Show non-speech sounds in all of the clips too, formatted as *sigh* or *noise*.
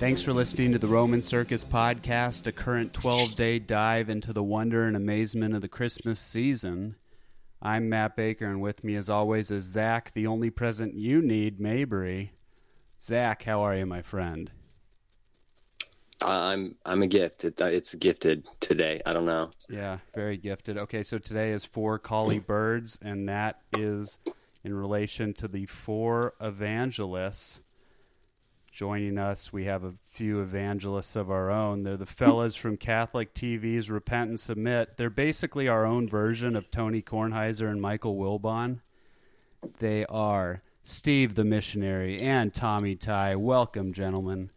Thanks for listening to the Roman Circus podcast, a current 12 day dive into the wonder and amazement of the Christmas season. I'm Matt Baker, and with me, as always, is Zach, the only present you need, Mabry. Zach, how are you, my friend? I'm I'm a gift. It, uh, it's gifted today. I don't know. Yeah, very gifted. Okay, so today is four collie birds, and that is in relation to the four evangelists. Joining us, we have a few evangelists of our own. They're the fellas from Catholic TV's Repent and Submit. They're basically our own version of Tony Kornheiser and Michael Wilbon. They are Steve the missionary and Tommy Ty. Welcome, gentlemen.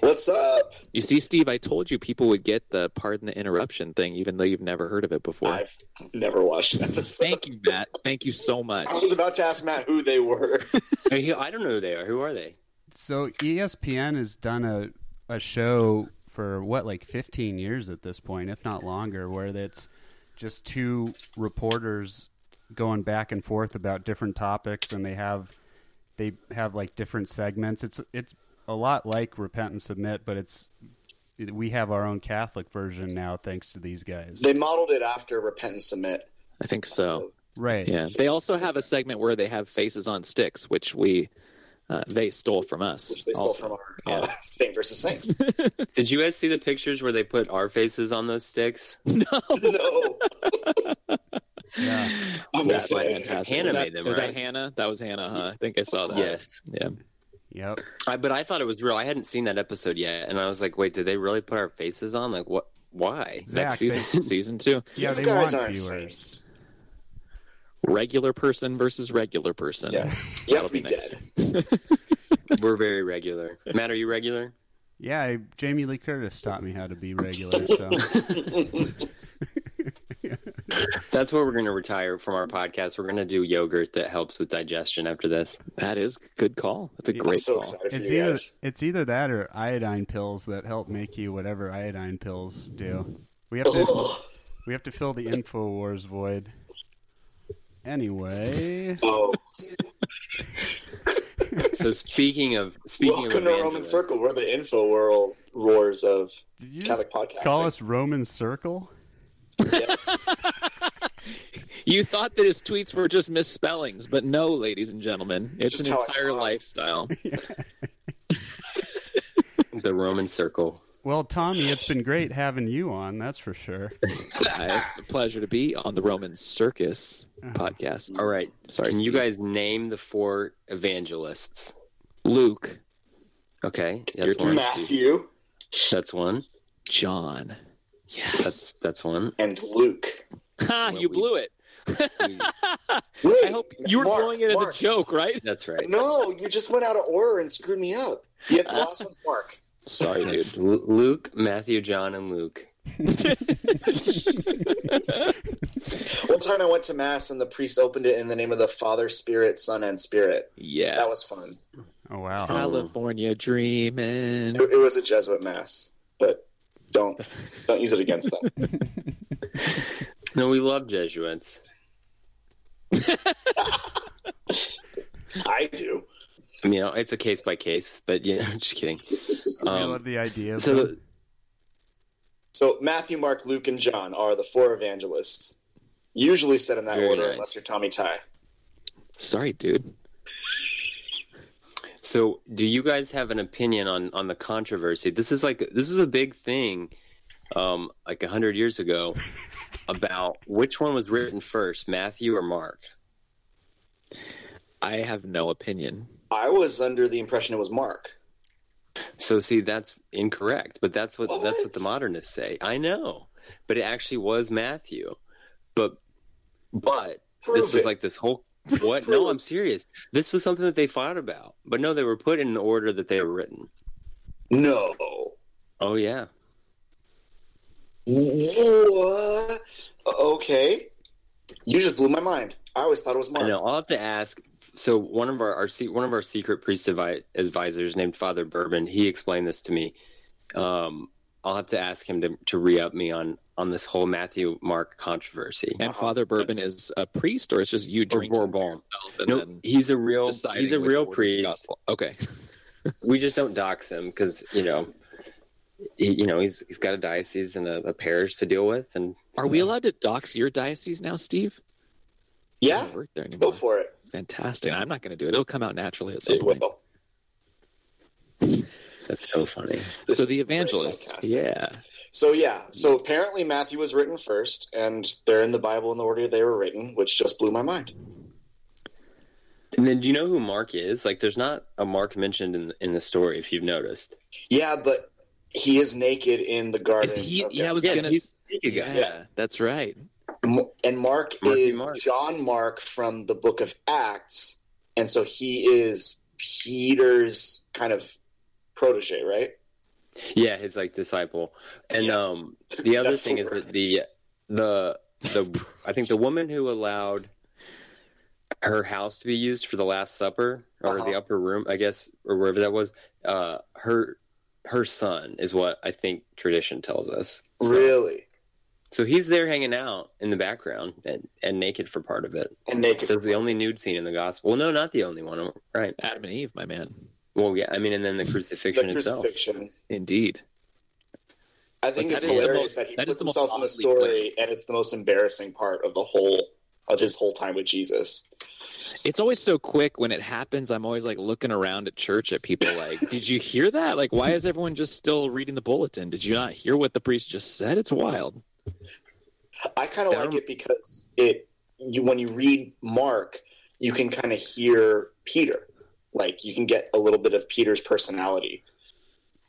What's up? You see, Steve, I told you people would get the pardon the interruption thing, even though you've never heard of it before. I've *laughs* never watched an episode. Thank you, Matt. Thank you so much. I was about to ask Matt who they were. *laughs* Are you- I don't know who they are. Who are they? So E ESPN has done a a show for what like 15 years at this point, if not longer, where it's just two reporters going back and forth about different topics and they have they have like different segments. It's it's a lot like Repent and Submit, but it's we have our own Catholic version now thanks to these guys. *laughs* They modeled it after Repent and Submit. I think so. Right. Yeah. They also have a segment where they have faces on sticks, which we uh, they stole from us. Which they stole also. from our uh, Saint versus *laughs* Saint. Did you guys see the pictures where they put our faces on those sticks? no, Yeah. I'm That's just saying. fantastic. Oh, Hannah was that, made them, was right? that Hannah? That was Hannah, huh? I think I saw that. Yes. Yeah. Yep. I, but I thought it was real. I hadn't seen that episode yet, and I was like, "Wait, did they really put our faces on? Like, what? Why?" Zach, Next season, *laughs* they- season two, yeah, You they guys want aren't viewers. saints. regular person versus regular person. Yeah, you have to be be nice. dead. *laughs* We're very regular. Matt, are you regular? Yeah, I- Jamie Lee Curtis taught me how to be regular, so That's where we're going to retire from our podcast. We're going to do yogurt that helps with digestion after this. That is a good call. That's a I'm great so call. excited for it's you either guys. it's either that or iodine pills that help make you whatever iodine pills do. We have to Ugh. *laughs* we have to fill the Infowars void. Anyway, Oh, So speaking of speaking welcome of to Roman evangelists- Circle. We're the info world roars of did you just Catholic podcasting. call us Roman Circle? Yes. You thought that his tweets were just misspellings, but no, ladies and gentlemen, it's Just an how I entire talk. lifestyle. the Roman Circle. Well, Tommy, it's been great having you on. That's for sure. Uh, it's a pleasure to be on the Roman Circus podcast. All right. Sorry, Can you Steve. guys name the four evangelists? Luke, Okay, *laughs* Your that's one. Matthew That's one. John. That's that's one. and Luke. Ha, Well, you we- blew it. We- I hope you were Mark, blowing it as Mark. a joke, right? That's right. No, you just went out of order and screwed me up. You had the last one's Mark. Sorry, dude. It's Lu- Luke, Matthew, John, and Luke. One time I went to mass and the priest opened it in the name of the Father, Spirit, Son, and Spirit. Yeah. That was fun. Oh Um, wow. California dreaming. It, it was a Jesuit mass, but don't don't use it against *laughs* them. No, we love Jesuits. I do. I mean, it's a case by case, but you *laughs* know, just *laughs* kidding. I Um, love the idea. Of so them. the- So Matthew, Mark, Luke, and John are the four evangelists. Usually set in that Very order, nice. unless you're Tommy Ty. Sorry, dude. So, do you guys have an opinion on on the controversy? This is like this was a big thing, um, like a hundred years *laughs* ago, about which one was written first, Matthew or Mark? I have no opinion. I was under the impression it was Mark. So, see, that's incorrect, but that's what, that's what the What? modernists say. I know, but it actually was Matthew, but but Prove this was it. like this *laughs* whole what? no, I'm serious. This was something that they fought about, but no, they were put in an order that they were written. No. Oh yeah. What? Okay. You just blew my mind. I always thought it was Mark. I know. I'll have to ask. So one of our, our se- one of our secret priest advi- advisors named Father Bourbon, he explained this to me. Um, I'll have to ask him to, to re up me on on this whole Matthew Mark controversy. And Father Bourbon is a priest, or it's just you drinking Bourbon. yourself and No, then he's a real deciding he's a which real order to priest. gospel. Okay. we just don't dox him because you know, he, you know he's he's got a diocese and a, a parish to deal with. And Are we allowed to dox your diocese now, Steve? I Yeah, don't work there anymore. go for it. Fantastic. I'm not going to do it. It'll come out naturally at some It point. will. That's so funny. This So the is great evangelists. podcast. Yeah. So yeah, so apparently Matthew was written first, and they're in the Bible in the order they were written, which just blew my mind. And then do you know who Mark is? Like, there's not a Mark mentioned in in the story if you've noticed. Yeah, but he is naked in the garden. Is he? of Yeah, I was Yes, gonna. he's- s- He Yeah, Yeah. that's right. M- and Mark Marky is Mark. John Mark from the book of Acts, and so he is Peter's kind of protege, right? Yeah, his like disciple. And Yeah. um the other That's thing is right. that the the the I think the woman who allowed her house to be used for the last supper or the Uh-huh. upper room, I guess, or wherever that was, uh her her son is what I think tradition tells us. So, Really, so he's there hanging out in the background and, and naked for part of it. and naked. That's the only nude scene in the gospel. Well, no, not the only one. Right. Adam and Eve, my man. Well, yeah. I mean, and then the the crucifixion itself. crucifixion. Indeed. I think Like, it's that is the hilarious most- that he that is puts the most himself in the oddly story, played. and it's the most embarrassing part of the whole of his whole time with Jesus. It's always so quick when it happens. I'm always like looking around at church at people like, did you hear that? Like, why is everyone just still reading the bulletin? Did you not hear what the priest just said? It's wild. I kind of That like rem- it because it you, when you read Mark, you can kind of hear Peter. Like you can get a little bit of Peter's personality,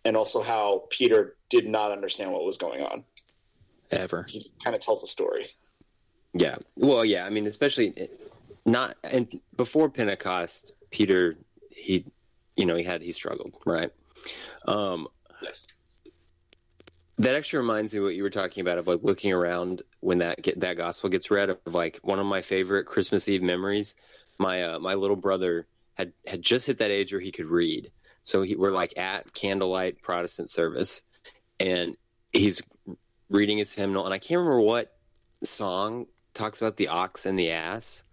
and also how Peter did not understand what was going on. Ever. He kind of tells a story. Yeah. Well, yeah. I mean, especially eh, not and before Pentecost, Peter he you know, he had he struggled, right? Um Yes. that actually reminds me of what you were talking about of like looking around when that get, that gospel gets read of like one of my favorite Christmas Eve memories. My uh, my little brother had had just hit that age where he could read, so he, we're like at candlelight Protestant service, and he's reading his hymnal, and I can't remember what song talks about the ox and the ass,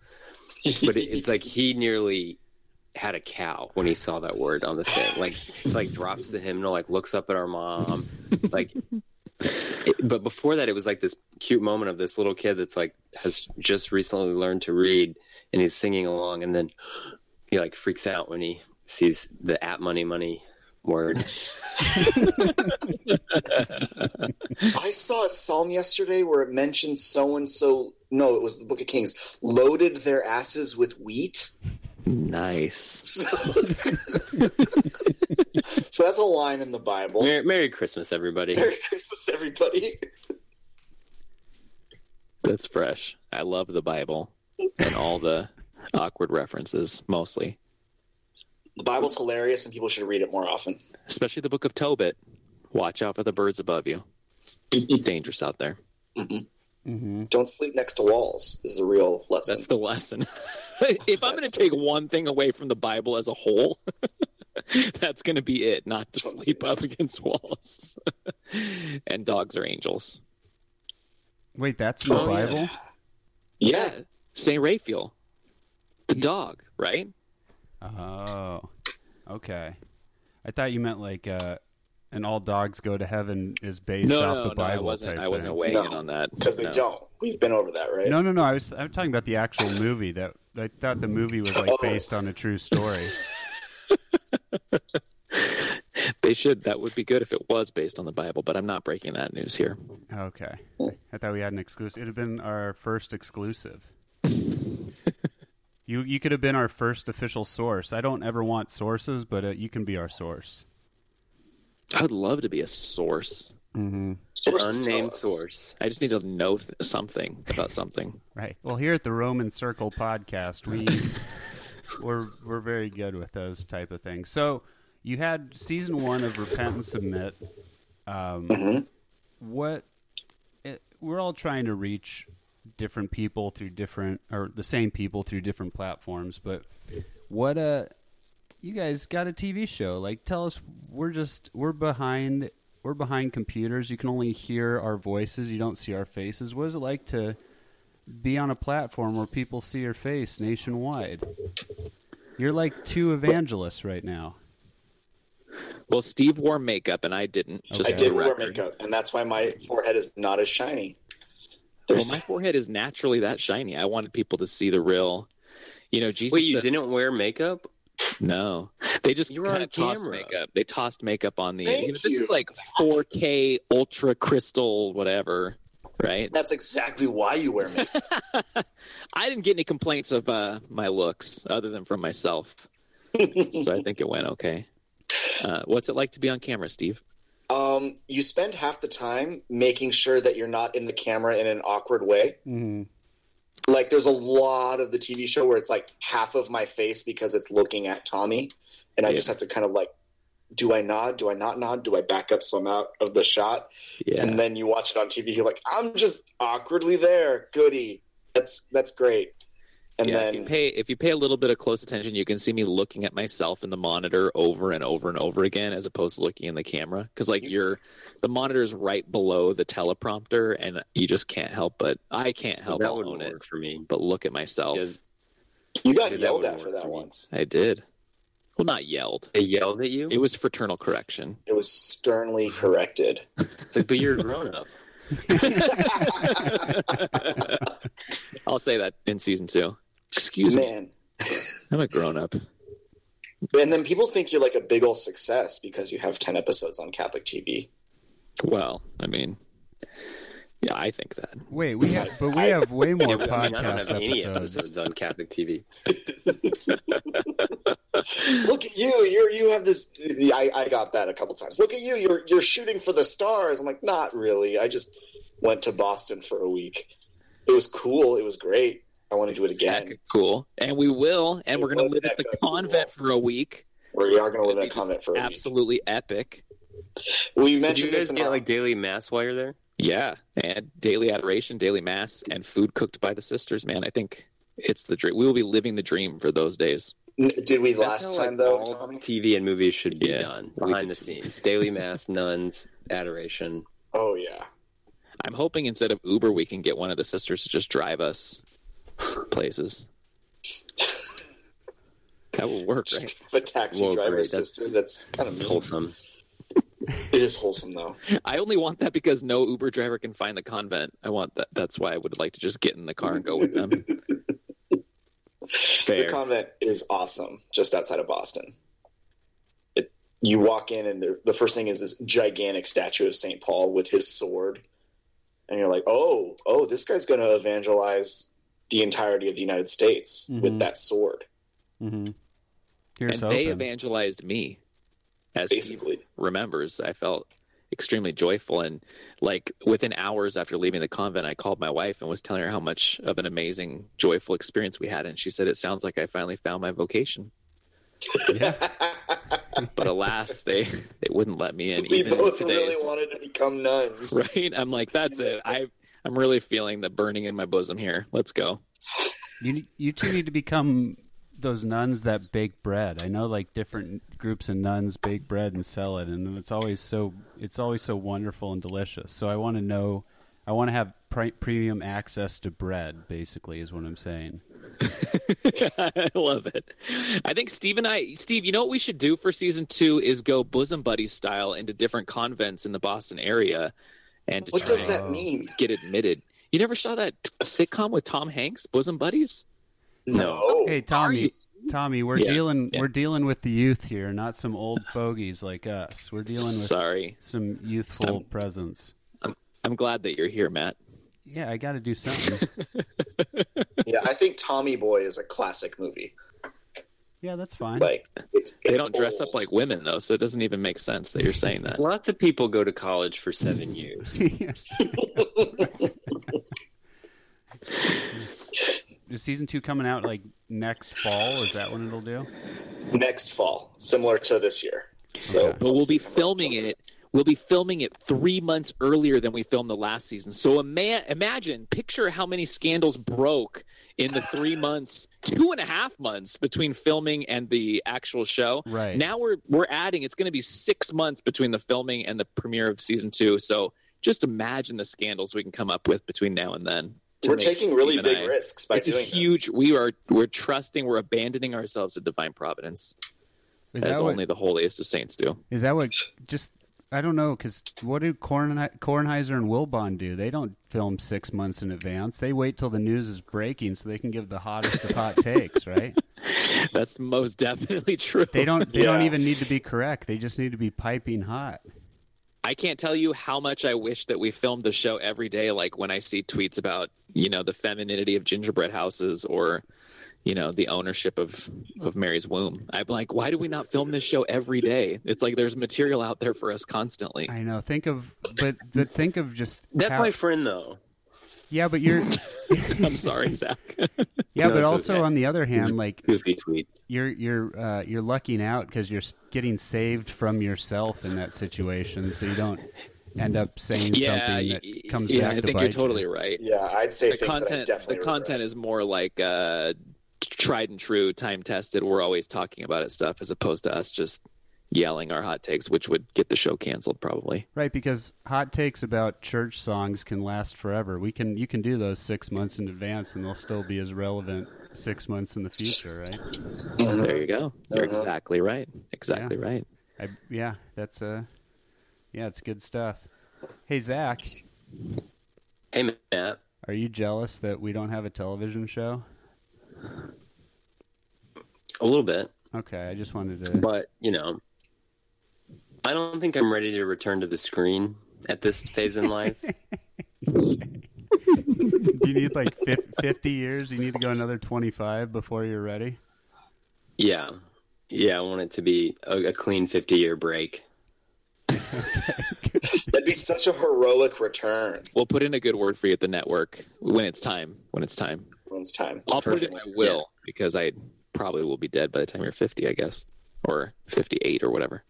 but it, it's like he nearly had a cow when he saw that word on the thing. Like like drops the hymnal, like looks up at our mom, like. It, but before that, it was like this cute moment of this little kid that's like has just recently learned to read and he's singing along, and then he like freaks out when he sees the at money money word. I saw a psalm yesterday where it mentioned so and so. No, it was the Book of Kings. Loaded their asses with wheat. Nice. So, so that's a line in the Bible. Merry, Merry Christmas, everybody! *laughs* Merry Christmas, everybody. That's fresh. I love the Bible and all the awkward references, mostly, The Bible's hilarious, and people should read it more often. especially the book of Tobit. Watch out for the birds above you. Dangerous out there. Mm-hmm. Don't sleep next to walls is the real lesson. That's the lesson. *laughs* if I'm going to take one thing away from the Bible as a whole, *laughs* that's going to be it. Not to Totally sleep up against walls. *laughs* and dogs are angels. Wait, that's in the Oh, yeah. Bible. yeah. St. Raphael, the dog, right? Oh, okay. I thought you meant like uh, an all dogs go to heaven is based no, off no, the no, Bible. I wasn't. type I wasn't thing. weighing No, in on that because they No. don't. We've been over that, right? No, no, no. I was. I'm talking about the actual movie. That I thought the movie was like Oh. based on a true story. They should. That would be good if it was based on the Bible, but I'm not breaking that news here. Okay. I thought we had an exclusive. It'd have been our first exclusive. you you could have been our first official source. I don't ever want sources, but uh, you can be our source. I would love to be a source. Mm-hmm. An Sources tell unnamed us. source. I just need to know th- something about something. Right. Well, here at the Roman Circle podcast, we we're we're very good with those type of things. So you had season one of Repent and Submit. Um, What it, we're all trying to reach different people through different or the same people through different platforms, but what uh you guys got a TV show? Like, tell us. We're just we're behind we're behind computers. You can only hear our voices. You don't see our faces. What is it like to be on a platform where people see your face nationwide. You're like two evangelists right now. Well, Steve wore makeup and I didn't. Just Okay. I for did the wear record. makeup, and that's why my forehead is not as shiny. Well, There's, my forehead is naturally that shiny. I wanted people to see the real. You know, Jesus. Wait, you said- didn't wear makeup? No, they just You were on kind of tossed camera. makeup. They tossed makeup on the. Thank you know, this you. is like 4K ultra crystal whatever, right? *laughs* that's exactly why you wear *laughs* makeup. I didn't get any complaints of uh, my looks other than *laughs* from myself, so I think it went okay. Uh, what's it like to be on camera, Steve? um, you spend half the time making sure that you're not in the camera in an awkward way. Mhm. Like, there's a lot of the TV show where it's like half of my face because it's looking at Tommy, and I Yeah. just have to kind of like, do I nod? Do I not nod? Do I back up some out of the shot? Yeah, And then you watch it on TV. You're like, I'm just awkwardly there. Goody. That's that's great. And yeah. then if you pay if you pay a little bit of close attention, you can see me looking at myself in the monitor over and over and over again, as opposed to looking in the camera. Because like you're, the monitor is right below the teleprompter, and you just can't help but I can't help that but wouldn't own it. work for me. But look at myself. Yeah. you got Dude, that yelled wouldn't at for work that for me. once. I did. Well, not yelled. They yelled at you. It was fraternal correction. It was *laughs* sternly corrected. It's like, but you're a grown up. I'll say that in season two. Excuse me. Man. I'm a grown up. And then people think you're like a big old success because you have 10 episodes on Catholic *laughs* TV. Well, I mean, yeah, I think that. Wait, we have, but we have way *laughs* more I mean, I don't podcast have any episodes. episodes on Catholic TV. Look at you. You're, you have this. I, I got that a couple times. Look at you. You're, you're shooting for the stars. I'm like, not really. I just went to Boston for a week. It was cool. It was great. I want to do it again. Heck, cool. And we will. It And we're going was to live at the epic, cool. convent for a week. We are going to live in a It'd be convent for a Absolutely epic. week. We So do you mentioned guys this in get our- like daily mass while you're there? Yeah. And daily adoration, daily mass, and food cooked by the sisters, man. I think it's the dream. We will be living the dream for those days. Did we That's how, last like, time though? all Tommy? TV and movies should be Yeah. done We behind the could- scenes. Daily mass, nuns, adoration. Oh yeah. I'm hoping instead of Uber, we can get one of the sisters to just drive us places. That will work, *laughs* right? Just have a taxi Well, driver great. That's- sister. That's kind of mean. Wholesome. It is wholesome though. I only want that because no Uber driver can find the convent. I want that. That's why I would like to just get in the car and go with them. The Fair. convent is awesome, just outside of Boston. It, you walk in, and there, the first thing is this gigantic statue of Saint Paul with his sword, and you're like, "Oh, oh, this guy's going to evangelize the entirety of the United States Mhm. with that sword." Mm-hmm. and *laughs* Here's they hoping. evangelized me. As Steve *laughs* Basically, remembers, I felt extremely joyful. And like within hours after leaving the convent, I called my wife and was telling her how much of an amazing, joyful experience we had. And she said, It sounds like I finally found my vocation. yeah. But alas, *laughs* they, they wouldn't let me in. *laughs* we even in both today's- really wanted to become nuns. *laughs* right? I'm like, that's it. I I'm really feeling the burning in my bosom here. Let's go. *laughs* You you two need to become those nuns that bake bread. I know like different groups of nuns bake bread and sell it, and it's always so it's always so wonderful and delicious. So I want to know, I want to have pri- premium access to bread. Basically, is what I'm saying. I love it. I think Steve and I, Steve, you know what we should do for season two is go bosom buddy style into different convents in the Boston area, and to What try does that Wow. mean? and get admitted. You never saw that t- sitcom with Tom Hanks, bosom buddies? No. Hey Are you- Tommy, Tommy, we're Yeah, dealing yeah. we're dealing with the youth here, not some old fogies like us. We're dealing with Sorry, some youthful presence. I'm glad that you're here, Matt. Yeah, I got to do *laughs* something. yeah, I think Tommy Boy is a classic movie. yeah, that's fine. Like it's, They it's don't dress up old. like women though, so it doesn't even make sense that you're saying that. Lots of people go to college for seven years. *laughs* Is season two coming out like next fall? Is that when it'll do? next fall, similar to this year. So, Okay. but we'll be filming it. We'll be filming it three months earlier than we filmed the last season. So ima- imagine, picture how many scandals broke in the three months, two and a half months between filming and the actual show. Right. Now we're we're adding. It's going to be six months between the filming and the premiere of season two. So just imagine the scandals we can come up with between now and then. to We're make taking really Steve and big I- risks by It's a doing this. huge. We are. We're trusting. We're abandoning ourselves to divine providence. Is as that what? only the holiest of saints do. Is that what? Just I don't know because what do Korn, Kornheiser and Wilbon do? They don't film six months in advance. They wait till the news is breaking so they can give the hottest of hot takes, right? That's most *laughs* definitely true. They don't. They don't Yeah. even need to be correct. They just need to be piping hot. I can't tell you how much I wish that we filmed the show every day. Like when I see tweets about you know the femininity of gingerbread houses or you know the ownership of of Mary's womb. I'm like, why do we not film this show every day? It's like there's material out there for us constantly. I know. Think of, but but think of just That's how- my friend, though. *laughs* yeah. But *laughs* you're *laughs* *laughs* I'm sorry, Zach. yeah. No, but it's also okay. on the other hand, like Goofy tweet. you're you're uh, you're lucking out because you're s- getting saved from yourself in that situation, so you don't end up saying something y- that comes yeah. back I to think bite you're you. totally right. Yeah, I'd say the things that I content definitely the content regret. is more like uh tried and true time tested we're always talking about it stuff as opposed to us just yelling our hot takes which would get the show canceled probably Right, because hot takes about church songs can last forever. We can you can do those six months in advance, and they'll still be as relevant six months in the future, right? there you go you're Uh-huh. exactly right exactly right I, yeah, that's uh, yeah, it's good stuff. Hey Zach, Hey, Matt. are you jealous that we don't have a television show? A little bit, Okay, I just wanted *laughs* to. but you know, I don't think I'm ready to return to the screen at this phase in *laughs* life. Do you need like fif- fifty years? You need to go another twenty-five before you're ready. yeah, yeah. I want it to be a, a clean 50 year break. That'd be such a heroic return we'll put in a good word for you at the network when it's time when it's time when it's time. i'll put it in Perfect. my will because i probably will be dead by the time you're 50 i guess or 58 or whatever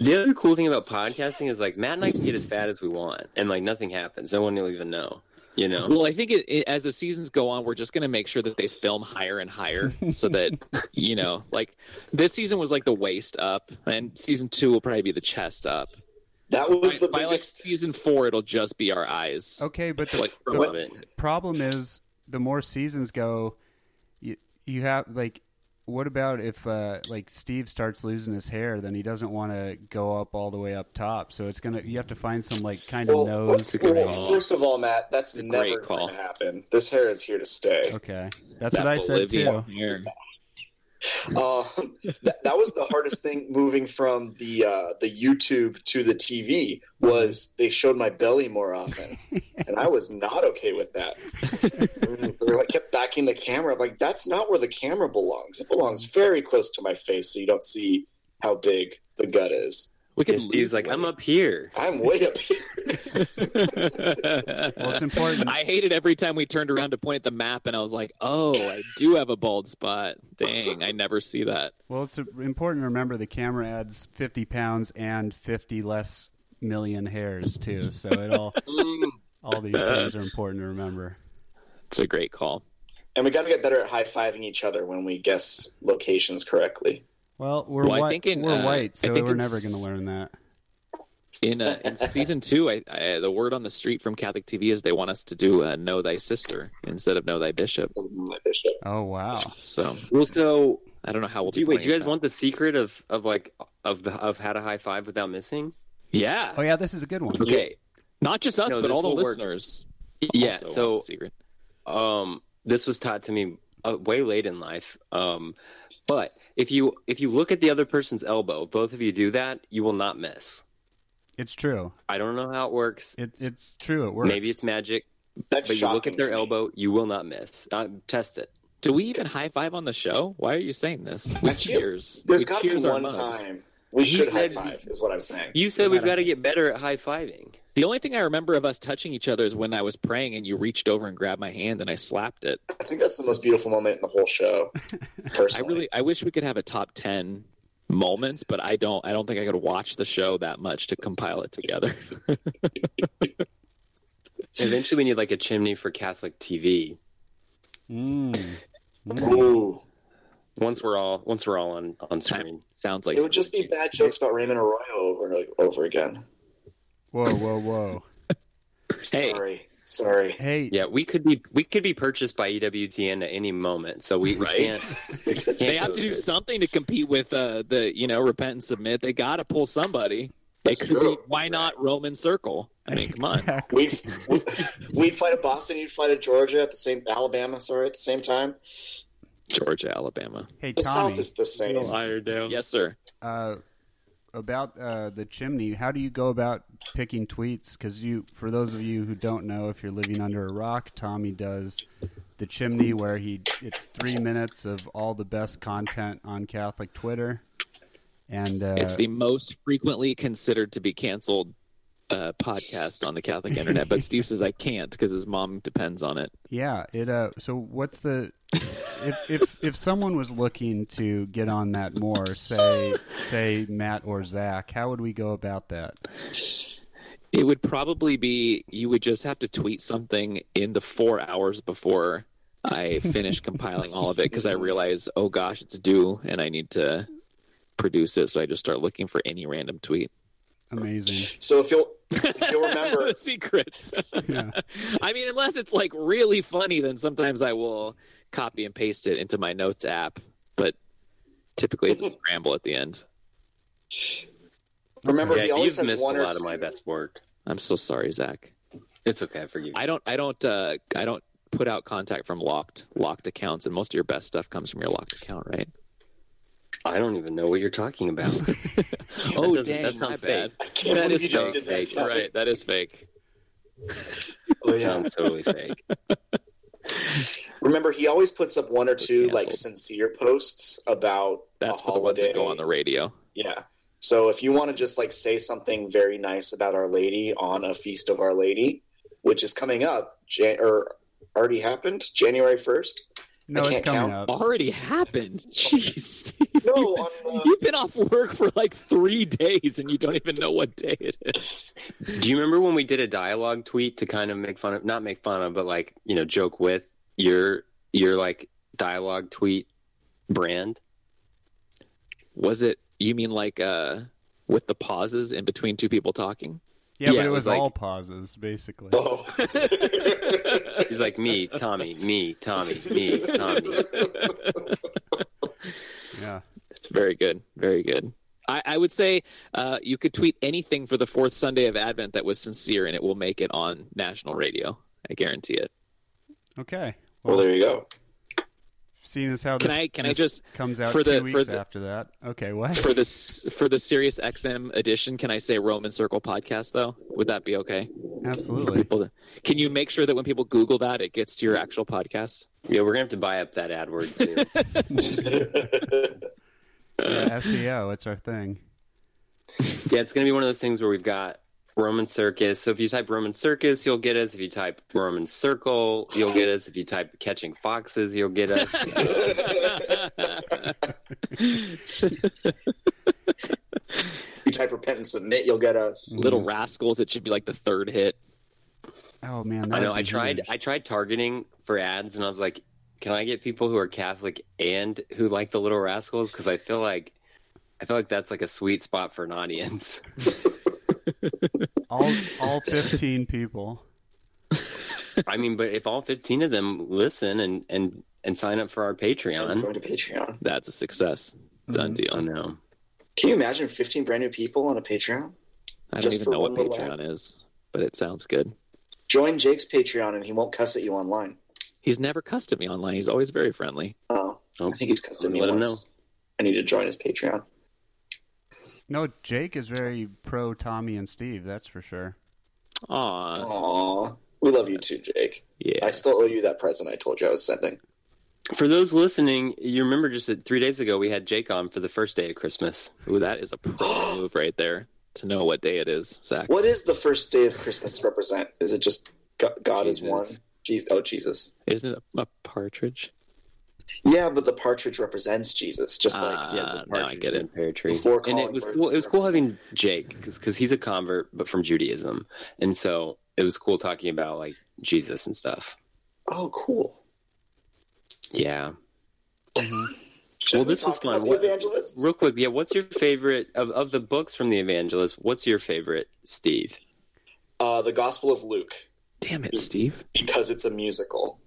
The other cool thing about podcasting is like Matt and I can get as fat as we want, and like nothing happens. No one will even know. You know, Well, I think it, it, as the seasons go on, we're just going to make sure that they film higher and higher so *laughs* that, you know, like this season was like the waist up, and season two will probably be the chest up. That was the By like biggest. season four, it'll just be our eyes. Okay, but the, Like, the- love it. problem is the more seasons go you, you have like what about if uh, like steve starts losing his hair then he doesn't want to go up all the way up top so it's gonna you have to find some like kind of Well, nose well, call. first of all, Matt, that's a never great call. going to happen. This hair is here to stay. okay that's what i said too *laughs* Bolivian hair. Um, *laughs* that, that was the hardest thing moving from the uh, the YouTube to the TV was they showed my belly more often, and I was not okay with that. Mm, they like, kept backing the camera. I'm like that's not where the camera belongs. It belongs very close to my face, so you don't see how big the gut is. We could Steve's like, I'm up here. I'm way up here. well, it's important. I hated every time we turned around to point at the map, and I was like, "Oh, I do have a bald spot. Dang, I never see that." well it's uh, important to remember the camera adds 50 pounds and 50 less million hairs too so it *laughs* all all these things are important to remember It's a great call. And we got to get better at high fiving each other when we guess locations correctly. well we're Well, I white think in, we're uh, white I so think we're in never s- going to learn that In, uh, *laughs* in season two, I, I, the word on the street from Catholic TV is they want us to do uh, "Know Thy Sister" instead of "Know Thy Bishop." My bishop. oh wow So Well, so I don't know how we'll do be you, wait. Do you playing guys that. want the secret of of like of the of how to high five without missing? Yeah, oh yeah this is a good one Okay. not just us, No, but this all the will work. listeners. Yeah. also So want the secret. um, this was taught to me uh, way late in life. Um, but if you if you look at the other person's elbow, both of you do that, you will not miss. it's true I don't know how it works. It, it's true. It works. Maybe it's magic, That's but you look shocking at their to me. elbow, you will not miss. Uh, test it. do we even high five on the show? Why are you saying this? We I feel- cheers. There's We got to cheers be our one mugs. time we He should said- high five, is what I'm saying. You said we've got to get better at high *laughs* fiving. The only thing I remember of us touching each other is when I was praying and you reached over and grabbed my hand and I slapped it. I think that's the most beautiful moment in the whole show. I Personally, really, I wish we could have a top ten moments, but I don't. I don't think I could watch the show that much to compile it together. *laughs* Eventually, we need like a chimney for Catholic TV. Mm. Ooh. Once we're all once we're all on on screen. Sounds like it would just be bad jokes about Raymond Arroyo over and over again. Whoa, whoa, whoa! Hey, Sorry. Sorry. Hey, *laughs* Yeah, we could be we could be purchased by E EWTN at any moment, so we, we Right. can't. we can't They have *laughs* to do something to compete with uh, the you know repent and submit. They got to pull somebody. It That's could true. be why not Roman Circle? I mean, come on. Exactly. We'd, we'd fly to Boston, you'd fly to Georgia at the same, Alabama, sorry, at the same time. *laughs* Georgia, Alabama. Hey, The Tommy. South is the same. Iredale. Yes, sir. uh, about uh, the chimney. How do you go about picking tweets? Because you, for those of you who don't know, if you're living under a rock, Tommy does the chimney where he it's three minutes of all the best content on Catholic Twitter, and uh, it's the most frequently considered to be canceled uh, podcast on the Catholic internet. But Steve says I can't because his mom depends on it. yeah, it. Uh, so what's the if if if someone was looking to get on that more, say say Matt or Zach, how would we go about that? It would probably be you would just have to tweet something in the four hours before I finish compiling all of it because I realize, oh gosh, it's due and I need to produce it. So I just start looking for any random tweet. *laughs* Amazing. So if you'll, if you'll remember, *laughs* the secrets. Yeah. *laughs* I mean, unless it's like really funny, then sometimes I will copy and paste it into my notes app. But typically, it's a scramble at the end. remember Yeah, he always you've has missed a one or lot of my two- best work. I'm so sorry, Zach. It's okay, I forgive you. I don't. I don't. Uh, I don't put out contact from locked locked accounts, and most of your best stuff comes from your locked account, right? I don't even know what you're talking *laughs* about. oh, doesn't- dang, that my sounds bad. I can't That believe is you just did fake. that. Tom. Right, that is fake. Oh, It yeah. sounds *laughs* totally fake. Remember, he always puts up one or two like Canceled. sincere posts about That's a for the ones holiday. that go on the radio. Yeah. So if you want to just like say something very nice about Our Lady on a feast of Our Lady, which is coming up, Jan- or already happened, January first. No, I it's can't coming count. up. Already *laughs* happened. Jeez, *laughs* Steve, No, you- on the, You've been off work for like three days and you don't even know what day it is. Do you remember when we did a dialogue tweet to kind of make fun of, not make fun of, but like you know, joke with your your like dialogue tweet brand? Was it, you mean like uh, with the pauses in between two people *laughs* talking? Yeah, Yeah, but it it was, was like- all pauses basically. oh, He's like me, Tommy, me, Tommy, me, *laughs* Tommy. Yeah. It's very good. Very good. I, I would say uh, you could tweet anything for the fourth Sunday of Advent that was sincere and it will make it on national radio. I guarantee it. Okay. well, there you go. seeing as how Can this, I can I this just comes out for the- two for weeks the- after that. Okay, what? for the s- for the Sirius XM edition? Can I say Roman Circle podcast though? Would that be okay? for *laughs* Absolutely. people to, can you make sure that when people google that it gets to your actual *laughs* podcast Yeah, we're gonna have to buy up that AdWord too. Yeah, SEO, it's our thing. yeah, it's gonna be one of those things where we've got Roman Circus. So if you type Roman Circus, you'll get us. If you type Roman Circle, you'll get us. If you type Catching Foxes, you'll get *laughs* us. you type repent and submit, you'll get us. little rascals it should be like the third hit Oh man, that I know. would be I tried. huge. I tried targeting for ads, and I was like, "Can I get people who are Catholic and who like the Little Rascals?" Because I feel like, I feel like that's like a sweet spot for an *laughs* audience. all all fifteen people. I mean, but if all fifteen of them listen and and and sign up for our Patreon, Join to Patreon. that's a success Mm-hmm. done I deal know. Can you imagine 15 brand new people on a Patreon? i don't Just even for know what one little patreon is but it sounds good Join Jake's Patreon and he won't cuss at you online. he's never cussed at me online he's always very friendly Oh, Oh, I think he's cussed at me let him once. know. I need to join his Patreon. No, Jake is very pro Tommy and Steve. That's for sure. Uh. Oh, Aw, Aw, we love you too, Jake. yeah I still owe you that present I told you I was sending. For those listening, you remember just that three days ago we had Jake on for the first day of Christmas. Ooh, that is *gasps* a pro move right there to know what day it is zach What is the first day of Christmas represent? Is it just God, God is Jesus. one? Jesus. Oh, Jesus. isn't it a partridge Yeah, but the partridge represents Jesus. Just like Ah, now i partridge get in it the pear tree. Before and it calling was birds cool. It was cool represent- having Jake because he's a convert, but from Judaism, and so it was cool talking about like Jesus and stuff. oh, cool. Yeah, Should Well, we this was talk fun. about the What- evangelists? real quick. Yeah, what's your favorite of of the books from the evangelists? What's your favorite, Steve? Uh, the Gospel of Luke. Damn it, Steve. because it's a musical.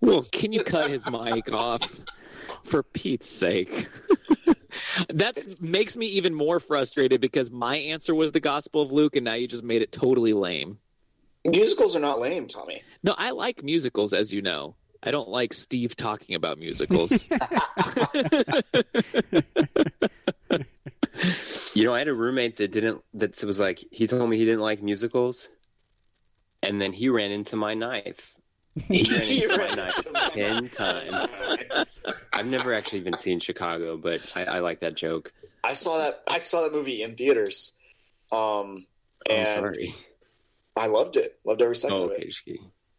Well, can you cut his mic off *laughs* for Pete's sake? that makes me even more frustrated because my answer was the Gospel of Luke, and now you just made it totally lame. Musicals are not lame, Tommy. *laughs* No, I like musicals, as you know. I don't like Steve talking about *laughs* musicals. You know, I had a roommate that didn't that was like he told me he didn't like musicals, and then he ran into my *laughs* knife. He ran into my knife *laughs* ten times. I've never actually even seen Chicago, but I, I like that joke. I saw that. I saw that movie in theaters. Um, I'm and sorry. I loved it. Loved every second Oh, of it. okay. Shiki.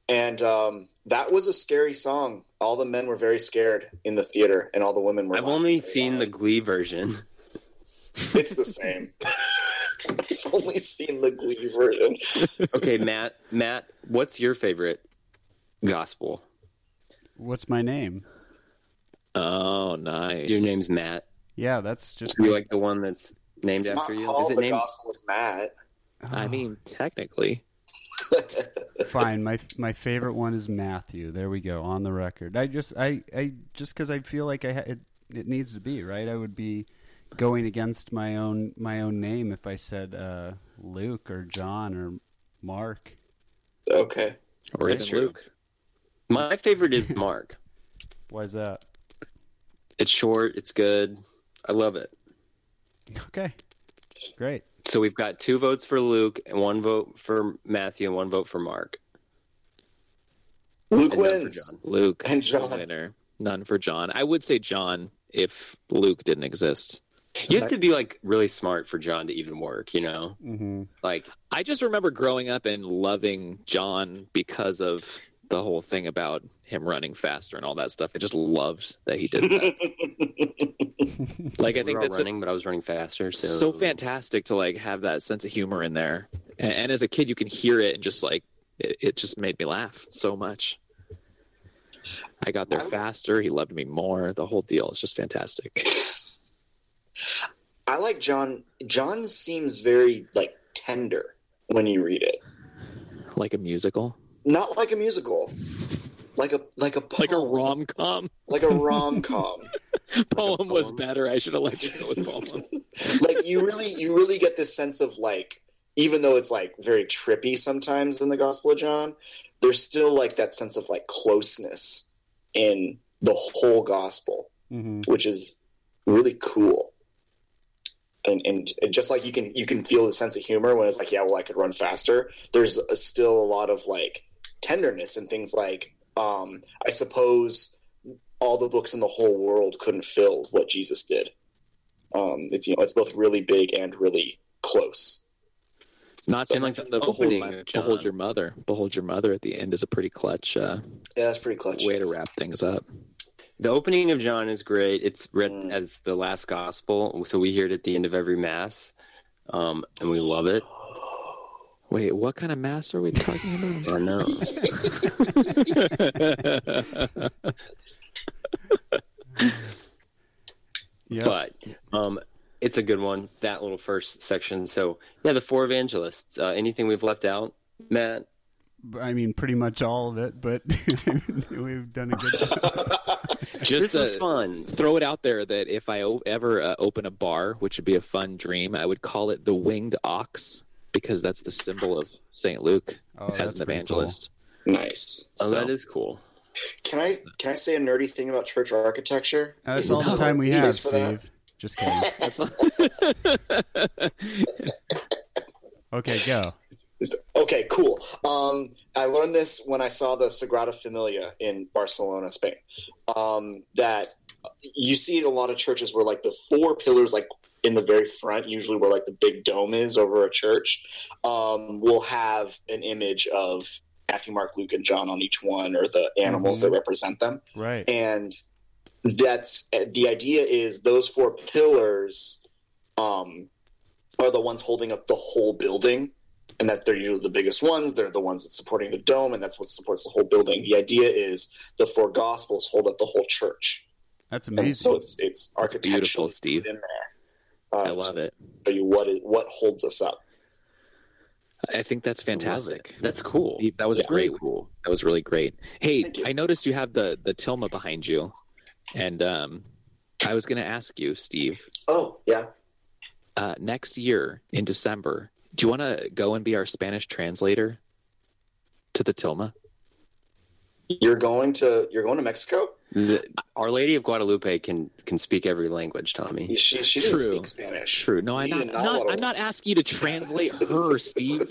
And um, that was a scary song. All the men were very scared in the theater, and all the women were. I've laughing only very seen the loud. Glee *laughs* version. It's the *laughs* same. *laughs* I've only seen the Glee version. Okay, Matt. Matt, what's your favorite gospel? What's my name? oh, nice. Your name's Matt. Yeah, that's just. You like the one that's named It's not after you? Is called it the named? Gospel of Matt. *laughs* Ah. I mean, *laughs* technically. oh, fine. My my favorite one is Matthew. There we go. On the record. I just I I just because I feel like I ha- it, it needs to be right. I would be going against my own my own name if I said uh, Luke or John or Mark. Okay. Or That's even true. Luke. My favorite is Mark. Why is that? *laughs* It's short. It's good. I love it. Okay, great. So we've got two votes for Luke and one vote for Matthew and one vote for Mark. Luke And none for wins. John. Luke And the John. winner. None for John. I would say John if Luke didn't exist. You have to be like really smart for John to even work, you know? Mm-hmm. Like I just remember growing up and loving John because of the whole thing about him running faster and all that stuff. I just loved that he did that. like I we think were all that's a- running, but I was running faster. So, so fantastic to like have that sense of humor in there. And, and as a kid, you can hear it and just like it, it just made me laugh so much. I got there faster. He loved me more. The whole deal is just fantastic. *laughs* I like John. John seems very like tender when you read it. Like a musical, Not like a musical. Like a like a like a poem. rom *laughs* com. like a rom com. Poem was better. I should have liked it with *laughs* poem. like you really you really get this sense of like even though it's like very trippy sometimes in the Gospel of John, there's still like that sense of like closeness in the whole gospel, Mm-hmm. which is really cool. And, and and just like you can you can feel the sense of humor when it's like yeah well I could run faster. There's a, still a lot of like tenderness and things like um, I suppose all the books in the whole world couldn't fill what Jesus did. Um, it's you know it's both really big and really close. Not to And, like, mention the the behold, opening my, of John. behold your mother. Behold your mother at the end is a pretty clutch uh, Yeah, that's pretty clutch. way to wrap things up. the opening of John is great. It's written Mm. as the last gospel, so we hear it at the end of every mass. Um, and we love it. Wait, what kind of mass are we talking about? *laughs* I know. Yeah. but um, it's a good one. That little first section. So yeah, the four evangelists. Uh, anything we've left out, Matt? I mean, pretty much all of it, but *laughs* we've done a good job. Just This was uh, fun. throw it out there that if I o- ever uh, open a bar, which would be a fun dream, I would call it the Winged Ox because that's the symbol of Saint Luke Oh, that's as an pretty evangelist. Nice. Oh, So- that is cool. Can I can I say a nerdy thing about church architecture? Cool. That's Is all the this time we space have, for that? Steve. Just kidding. *laughs* Okay, go. Is- Okay, cool. Um, I learned this when I saw the Sagrada Familia in Barcelona, Spain. Um, that you see it in a lot of churches where like the four pillars, like in the very front, usually where like the big dome is over a church, um, will have an image of Matthew, Mark, Luke, and John on each one, or the animals Mhm. that represent them Right. and that's the idea is those four pillars um, are the ones holding up the whole building and that they're usually the biggest ones they're the ones that's supporting the dome and that's what supports the whole building the idea is the four gospels hold up the whole church That's and so amazing. it's it's That's architectural beautiful, Steve. in there uh, I love it. to show you what is what holds us up I think that's fantastic. That's cool. Steve, That was Yeah. great. Cool. That was really great. Hey, Thank you. I noticed you have the the tilma behind you, and um, I was going to ask you, Steve. Oh yeah, Uh, next year in December, do you want to go and be our Spanish translator to the tilma? you're going to you're going to Mexico. The, Our Lady of Guadalupe can can speak every language, Tommy. She she didn't True. speak Spanish. True. No, I'm You not. did I'm not not, wanna- I'm not asking you to translate her, Steve.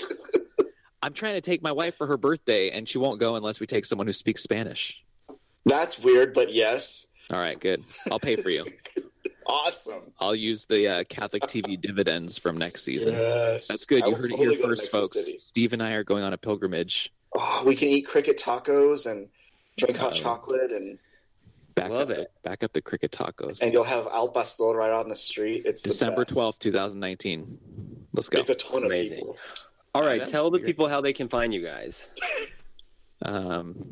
I'm trying to take my wife for her birthday, and she won't go unless we take someone who speaks Spanish. That's weird, but yes, All right, good. I'll pay for you. awesome. I'll use the uh, Catholic TV dividends from next season. Yes, That's good. I You would heard it totally here go to first, Mexico folks. City. Steve and I are going on a pilgrimage Oh, we can eat cricket tacos and drink hot Oh. chocolate, and back Love up it. The, back up the cricket tacos. and you'll have al pastor right on the street. It's the December best. twelfth, two thousand nineteen. Let's go. It's a ton Amazing. of people. All right, That's tell the weird. people how they can find you guys. um,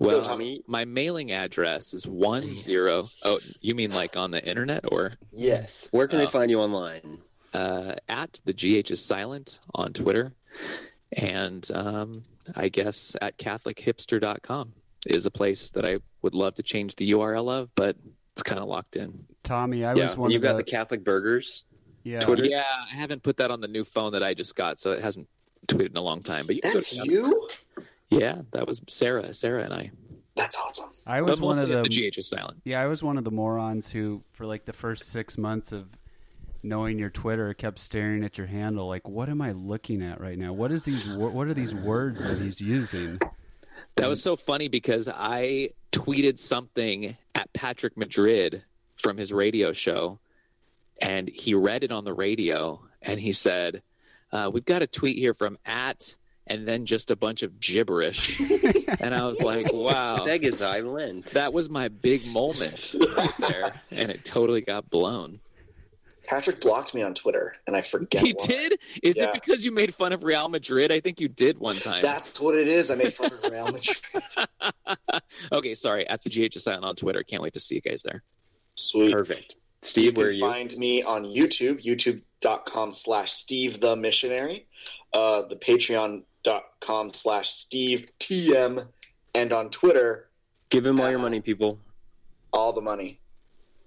well, Tommy. my mailing address is one zero. Oh, you mean like on the internet or Yes. Where can Oh. they find you online? uh, at the GH is silent on Twitter, and um, I guess at CatholicHipster.com is a place that I would love to change the URL of, but it's kind of locked in. Tommy, I yeah, was one you of got the, the Catholic burgers. yeah. Twitter. Yeah, I haven't put that on the new phone that I just got, so it hasn't tweeted in a long time. But you can go That's to Catholic- you. Yeah, that was Sarah, Sarah and I. That's awesome. I But was one of mostly at the, the GH is silent. yeah, I was one of the morons who, for like the first six months of knowing your Twitter, kept staring at your handle like, "What am I looking at right now? What is these? wo- What are these words that he's using?" That was so funny because I tweeted something at Patrick Madrid from his radio show, and he read it on the radio, and he said, uh, "We've got a tweet here from at." And then just a bunch of gibberish, *laughs* and I was like, "Wow, That is Island. Oh. that was my big moment right there," and it totally got blown. Patrick blocked me on Twitter, and I forget. He why. did? Is Yeah. it because you made fun of Real Madrid? I think you did one time. That's what it is. I made fun of Real *laughs* Madrid. okay, sorry. At the GH Asylum on Twitter. Can't wait to see you guys there. Sweet. Perfect. Steve, where are you you? can find me on YouTube, youtube.com slash Steve the Missionary, uh, the patreon.com slash Steve TM, and on Twitter, Give him all your money, people. all the money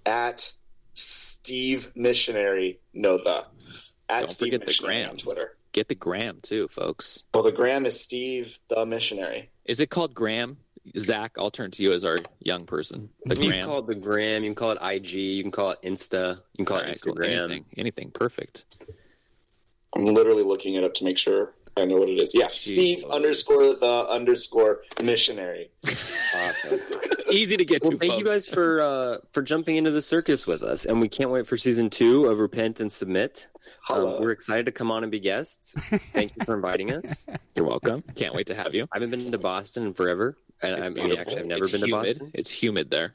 at Steve Missionary, no the. At Don't Steve forget the Missionary gram. on Twitter. Get the gram too, folks. Well, the gram is Steve the Missionary. Is it called Graham? Zach, I'll turn to you as our young person. The You can Graham. call it the gram. You can call it IG. You can call it Insta. You can call All it right, cool. Instagram. Anything, anything. Perfect. I'm literally looking it up to make sure I know what it is. Yeah, Steve underscore the underscore missionary. Awesome. Easy to get *laughs* well, to. thank you guys folks. for uh, for jumping into the circus with us, and we can't wait for season two of Repent and Submit. Hello. Um, we're excited to come on and be guests. Thank you for inviting *laughs* us. You're welcome. Can't wait to *laughs* have you. I haven't been to Boston in forever, and I mean, beautiful. actually, I've never It's been humid. to Boston. It's humid there.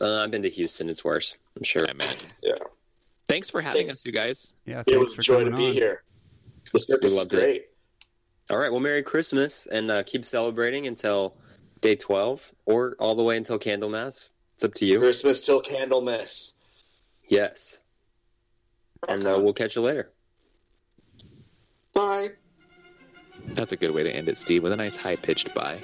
Uh, I've been to Houston. It's worse. I'm sure. I imagine. Yeah. Thanks for having Thank- us, you guys. Yeah, It thanks was for a joy to coming be on. here. The circus is loved it. great. All right. Well, Merry Christmas, and uh, keep celebrating until day twelve, or all the way until Candlemas. It's up to you. Christmas till Candlemas. Yes. And uh, we'll catch you later. Bye. That's a good way to end it, Steve, with a nice high pitched bye.